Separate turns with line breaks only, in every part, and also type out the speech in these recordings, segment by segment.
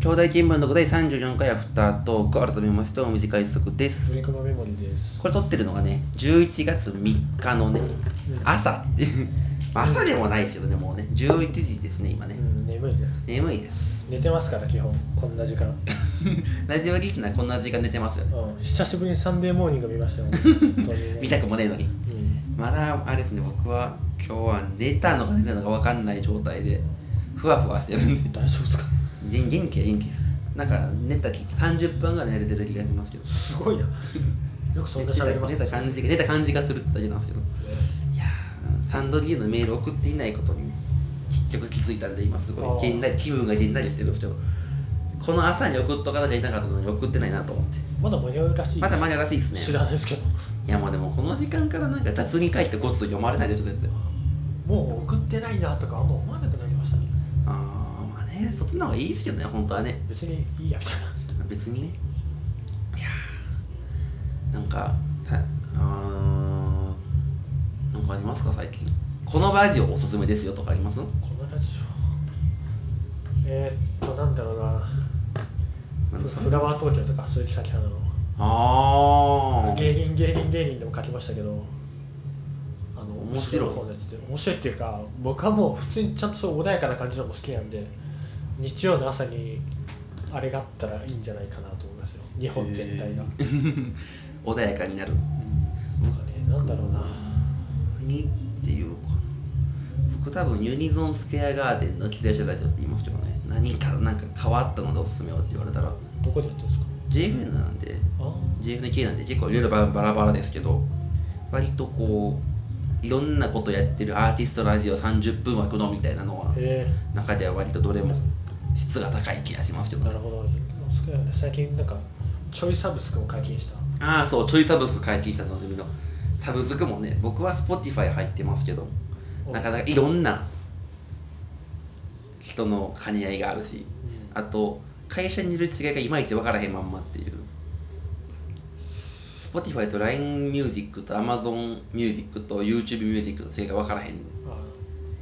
兄弟見聞の第34回アフタートーク改めましてお短い一足です
上熊メモリです
これ撮ってるのがね11月3日のね朝 っていう朝でもないですけどねもうね11時ですね今ね
うん眠いです
眠いです
寝てますから基本こんな時間う
ラジオリスナーこんな時間寝てますよね
ん久しぶりにサンデーモーニング見ましたよ本当にね
見たくもねえのに
うん
まだあれですね僕は今日は寝たのか寝てないのか分かんない状態でふわふわしてるんで
大丈夫ですか
元元気は元気ですなんか寝たき30分ぐらい寝れてる気がしますけど
すごいなよくそんな喋ります
出た感じが出た感じがするってだけなんですけどいやーサンドリーのメール送っていないことにね結局気づいたんで今すごい現代気分が現代してるんですけどこの朝に送っとかなきゃいけなかったのに送ってないなと思って
まだ間に合うらしい
まだ間に合うらしいです
知
ね
らないですけど
いやもうでもこの時間からなんか雑に書いてゴツ読まれないでしょ絶対
もう送ってないなとかあんま思わなくなりましたね
あーまあねそっちの方がいいですけどね本当はね
別にいいやみたいな
別にねいやーなんかさあーなんかありますか最近このラジオおすすめですよとかあります
このラジオえー、っとなんだろうな
なん
フ
ですか
フラワー東京とか鈴木咲花の
あー
芸人芸人芸人でも書きましたけどあの
面白い
面方のやつで面白いっていうか僕はもう普通にちゃんとそう穏やかな感じのも好きなんで日曜の朝にあれがあったらいいんじゃないかなと思いますよ日本全体が、
穏やかになる
なんかねなんだろうな
にっていうか僕多分ユニゾンスクエアガーデンの既成者ラジオって言いますけどね何かなんか変わったのでおすすめをって言われたら
どこでやってるんですか
JFN なんで
あー
JFNK なんで結構いろいろバラバラバラですけど割とこういろんなことやってるアーティストラジオ30分枠のみたいなのは
へ
中では割とどれも質が高い気がしますけ
え
ど
な
ね
るほどすごいよね最近なんかちょいサブスクを解禁した
ああそうちょいサブスク解禁したのぞみのサブスクもね僕は Spotify 入ってますけどなかなかいろんな人の兼ね合いがあるしあと会社にいる違いがいまいち分からへんまんまっていう Spotify と LINEMUSIC と AmazonMusic と YouTubeMusic の違いが分からへん
あ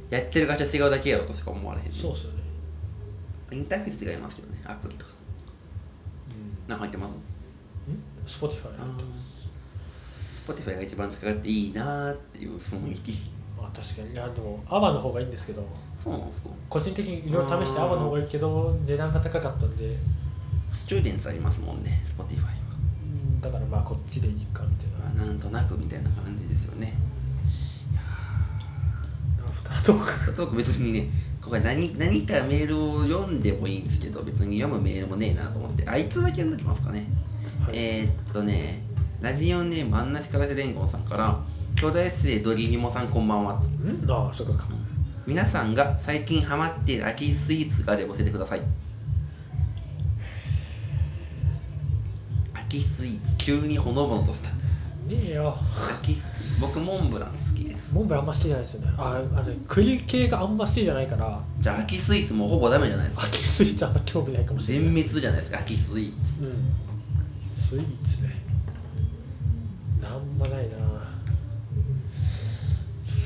ー
やってる会社違うだけやろとしか思われへん
そうっすよね
インターフェース違いますけどねアプリとかなんか入ってます
スポティファイあ
Spotify が一番使っていいなーっていう雰囲気
確かにいやでもアバの方がいいんですけど
そうなんですか
個人的にいろいろ試して
あー
アバの方がいいけど値段が高かったんで
スチューデンツありますもんね Spotify は
うんだからまあこっちでいいかみたい
まあなんとなくみたいな感じですよね
なアフタートーク
トーク別にね今回何何かメールを読んでもいいんですけど別に読むメールもねえなと思ってあいつだけ読んできますかね、
はい
えー、っとねラジオネームあんなしからせれんごんさんから兄弟生ドリリモさんこんばんは
うんああそうか
皆さんが最近ハマっている秋スイーツがあれば教えてください秋スイーツ急にほのぼのとした
ねえよ
秋ス 僕モンブラン好きです
モンブランあんま好きじゃないですよねああの栗系があんま好きじゃないから
じゃあ秋スイーツもほぼダメじゃないですか
秋スイーツあんま興味ないかもしれ
全
ない
滅じゃないですか秋スイーツ
うんスイーツねなんもないな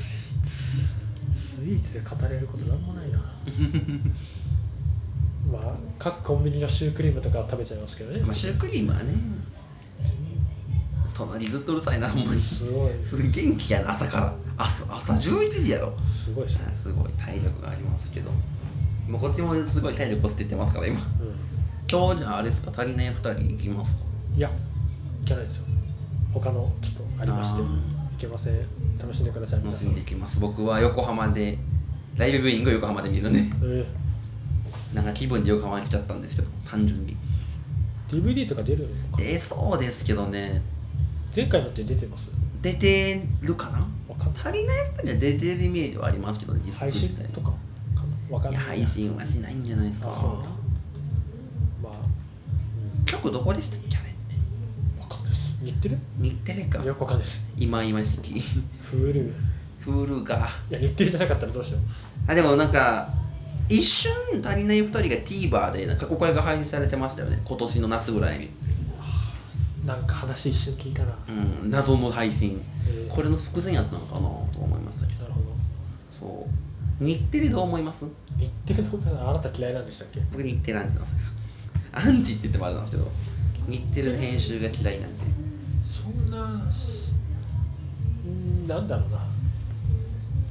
スイーツスイーツで語れることなん もないなまあ各コンビニのシュークリームとかは食べちゃいますけどね
まあ、シュークリームはね隣ずっとうるさいなほん まにす
すごい
元気やな朝から朝朝11時やろ
すごいですね、
すごい体力がありますけどもうこっちもすごい体力を捨ててますから今今日じゃああれですか足りない2人行きますか
うん、いやいけないですよ他のちょっとありまして
あ
い
ー
けません楽しんでください皆
楽し
さん、
んでいきます僕は横浜でライブビューイングを横浜で見るんで
えー、
なんか気分で横浜に来ちゃったんですけど単純に
DVD とか出るのか
出そうですけどね
前回のって出てます
出てるかな
わかんない
足りない2人は出てるイメージはありますけどね実
配信とかかなわかん
い
な
や
い
配信はしないんじゃないですか
あそうなんだまあ
曲どこでしたっけあれって
わかんないです言ってる
日テレか
よくわかんないです
今今時期
フル
Hulu か
いや日テレじゃなかったらどうしよう
あでもなんか一瞬足りない2人が TVer でなんか過去回が配信されてましたよね今年の夏ぐらいに
なんか話一瞬聞いたなな
うん謎の配信
えー
これの伏線やったのかなと思いましたけど
るほど
そう日テレどう思います
日程の皆さんあなた嫌いなんでしたっけ
僕日テレアンチなんですよアンチって言ってもあれなんですけど日テレの編集が嫌いなんで
そんなすうんなんだろう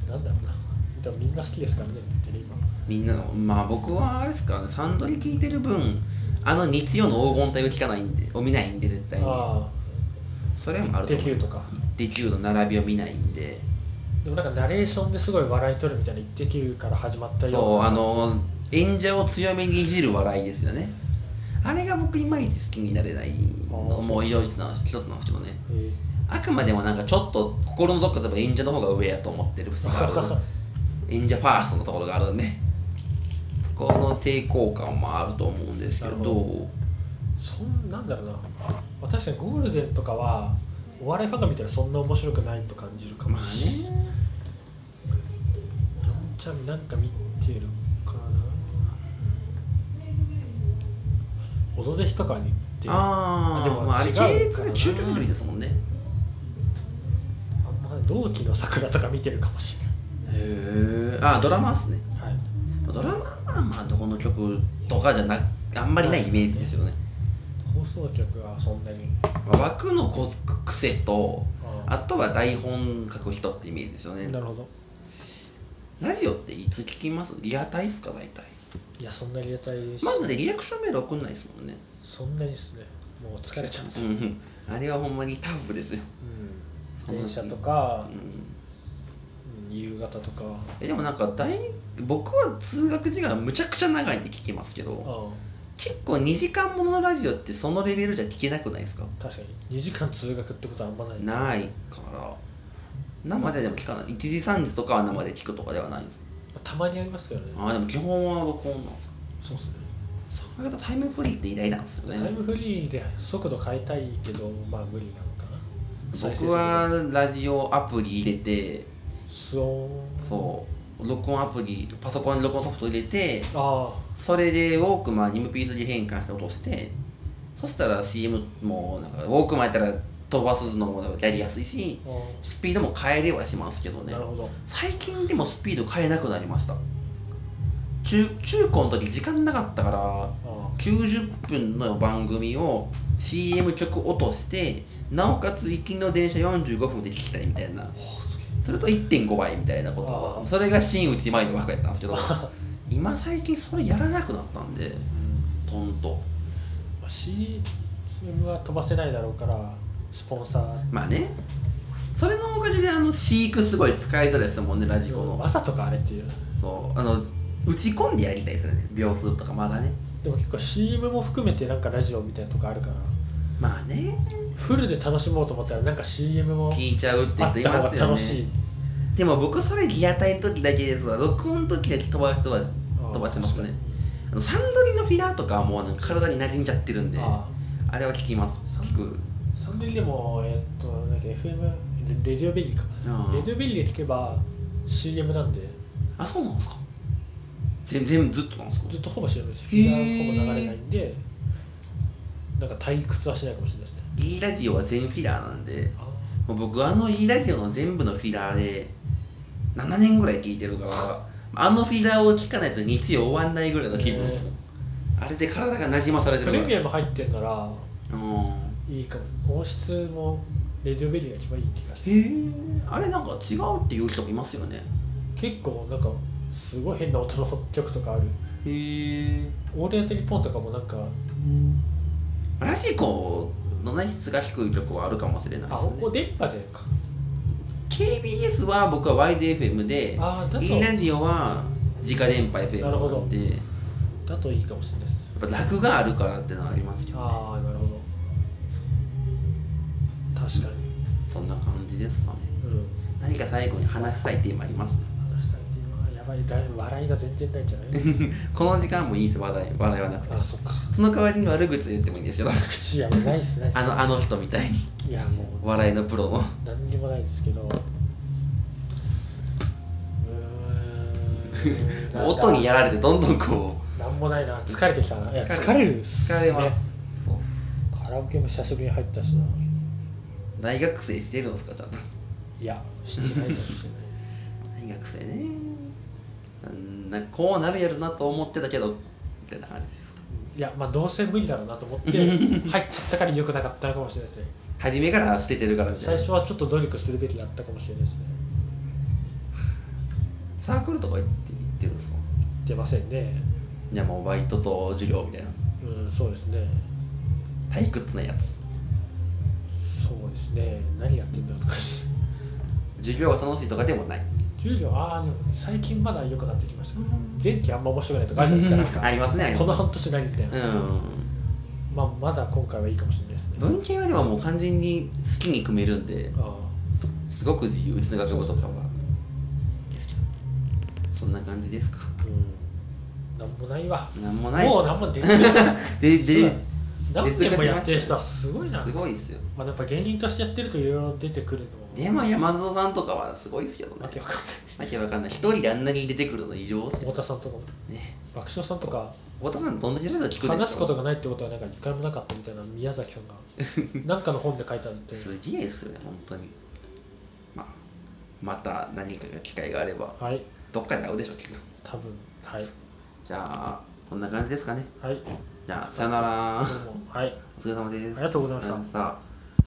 ななんだろうなでもみんな好きですからね日テレ今
みんなまあ僕はあれですからねサンドリ聞いてる分あの日曜の黄金帯を聞かないんでを見ないんで絶対に
あ
それもあ
あ
ると
で
思
き
う
るとか
できるの並びを見ないんで
でもなんかナレーションですごい笑い取るみたいな「イッテ Q!」から始まったよう
そう
な
あの演者を強めにいじる笑いですよねあれが僕いまいち好きになれないの
あー
も一つなん一つなんですけどね
えー
あくまでもなんかちょっと心のどっかでも演者の方が上やと思ってる節がある 演者ファーストのところがあるんでそこの抵抗感もあると思うんですけど
なるそんなんだろうな、まあ、確かにゴールデンとかはお笑いファンが見たらそんな面白くないと感じるか
ま
も
あ
しれない
ね
ヨンちゃんなんか見てるかな「オドぜひ」とかに行ってあ
あ
で
あ
も
まああれ
違う
系
かな
列が中距離ですもんねへ
んま同期の桜とか見てるかもし
えあドラマっすね
れない、はい、
ドラマはまあまあどこの曲とかじゃなあんまりないイメージですよね、
放送局はそんなに
まあ、枠のこ癖と
あ
あとは台本書く人ってイメージですよね
なるほど
ラジオっていつ聞きますリアタイっすか大体
いやそんなにやりたいし、
まずねリアクションメール送んないですもんね
そんなにですねもう疲れちゃった、
う
うん
うんあれはほんまにタフですよ、
ん、電車とか
う、ん
うん夕方とかは
えでもなんか大僕は通学時間がむちゃくちゃ長いんで聞きますけど
ああ
結構2時間もののラジオってそのレベルじゃ聞けなくないですか
確かに2時間通学ってことはあんまない
ないから生ででも聞かない1時3時とかは生で聞くとかではないんです
たまにありますけどね
ああでも基本は録音なんです
そうっすね
それがタイムフリーって偉大なんですよ
タイ
ね
ムフリーで速度変えたいけどまあ無理なのかな再生する
僕はラジオアプリ入れて
すおーん
そう録音アプリパソコンに録音ソフト入れて
あ
それでウォークマンに MP3 変換して落としてそしたら CM もなんかウォークマンやったら飛ばすのもやりやすいし
ーあ
スピードも変えれはしますけど
ー
ね
なるほど
最近でもスピード変えなくなりました中中高の時時間なかったから
あ
90分の番組を CM 曲落としてなおかつ行きの電車45分で聞きたいみたいな
ーす
それと1.5倍みたいなこと
あ
を
ー
それが新内舞の枠やったんですけど今最近それやらなくなったんで
げえ、うん
トンと
まあ、CM は飛ばせないだろうからスポンサー
まあねそれのおかげであの飼育すごい使いづらいですもんねラジコの、
わざとかあれっていう
そうあの打ち込んでやりたいですよね秒数とかまだね
でも結構 CM も含めてなんかラジオみたいなとこあるから
まあね
フルで楽しもうと思ったらなんか CM も
聞いちゃうって
あっ
人い
た方
ま
が
すよね
楽しい
でも僕それリアタイの時だけですわ録音の時だけ飛ばすは
あー
飛ばせますね
確
あのサンドリのフィラーとかはもうなんか体に馴染んじゃってるんであ
あ
れは聞きます聞く
ーそれでもえっとなんだっけ FM レレディオベリーか
あー
レディオベリーで聞けば CM なんで
あそうなんですか全全部ずっとなんですか
ずっとほぼ CM ですフ
へー
ィギュアほぼ流れないんでなんか退屈はしないかもしれないですね
E ラジオは全フィラーなんで
あ
もう僕あの E ラジオの全部のフィラーで7年ぐらい聞いてるからあのフィラーを聞かないと日曜終わんないぐらいの気分です、
へ
あれで体がなじまされて
プ
る
レ
か
ミ
ら
アム入ってんなら
うん
いいかも音質もレディオベリーが一番いい気がする
へえあれなんか違うっていう人もいますよね
結構なんかすごい変な音の曲とかある
へえ
オールナイトニッポンとかもなんか
ラジコのね質が低い曲はあるかもしれない
あ
です
こ
ね
こ電波でか
KBS は僕は YDFM で
あーだと
E ラジオは直電波 FM
なるほど
なんでやっ
だといいかもしれないですね
ぱ楽があるからってのはありますけど
ああなるほど確かに
そんな感じですかね
うん
何か最後に話したいテーマあります
話したいっていうのはやばいラ笑いが全然ないんじゃない
この時間もいいですよ話題話題はなくて
あーそっか
その代わりに悪口言ってもいいんですよ
口やばいないっすないっ
あ
す
のあの人みたいに
いやもう
笑いのプロ の
何にもないですけどうーん なんだ
音にやられてどんどんこう
なんもないな疲れてきたないや
疲
疲れるっすね
すそうっす
カラオケも久しぶりに入ったしな
大学生してるんですかちゃんと
いやしてないかもしれない
大学生ねうんなんかこうなるやろなと思ってたけどみたいな感じです
いやまあどうせ無理だろうなと思って 入っちゃったから良くなかったのかもしれないですね
初めから捨ててるからみたい
最
な
初はちょっと努力するべきだったかもしれないですね
サークルとか行って行ってるんですか
出ませんね
いやもうバイトと授業みたいな
うんそうですね
退屈なやつ
そうですね何やってんだろうとか
授業が楽しいとかでもない
授業ああでも最近まだ良くなってきました前期あんま面白くないとかあるじゃないですか
ありますねあ
なん
り
か
ます
この半年何みたいな、
う
まあ、まだ今回はいいかもしれないです
ん
ね
文系はでももう完全に好きに組めるんで
ああ
すごく自由うちの学部とかはですけどそんな感じですか
うんなんもないわ
なんもないっす
もうなんも できない
でです
ごい
す
何年もやってる人はすごいな
ごいっすよ
まあ、やっぱ芸人としてやってるといろいろ出てくるのも
でも山蔵さんとかはすごいっすけどね
わけわかんな
わ
い
けわかんない一人であんなに出てくるの異常っすよ
太田さんとかも
ね
爆笑さんとか
太田さんどんだけラジオ聞くねん
話すことがないってことはなんか一回もなかったみたいな宮崎 さんがなんかの本で書いてあるって
すげえっすね本当にまあまた何かが機会があれば
はい
どっかで会うでしょうきっと
多分はい
じゃあこんな感じですかね
はい
じゃあさよなら
どうもはい
お疲れ様です
ありがとうございました
さあ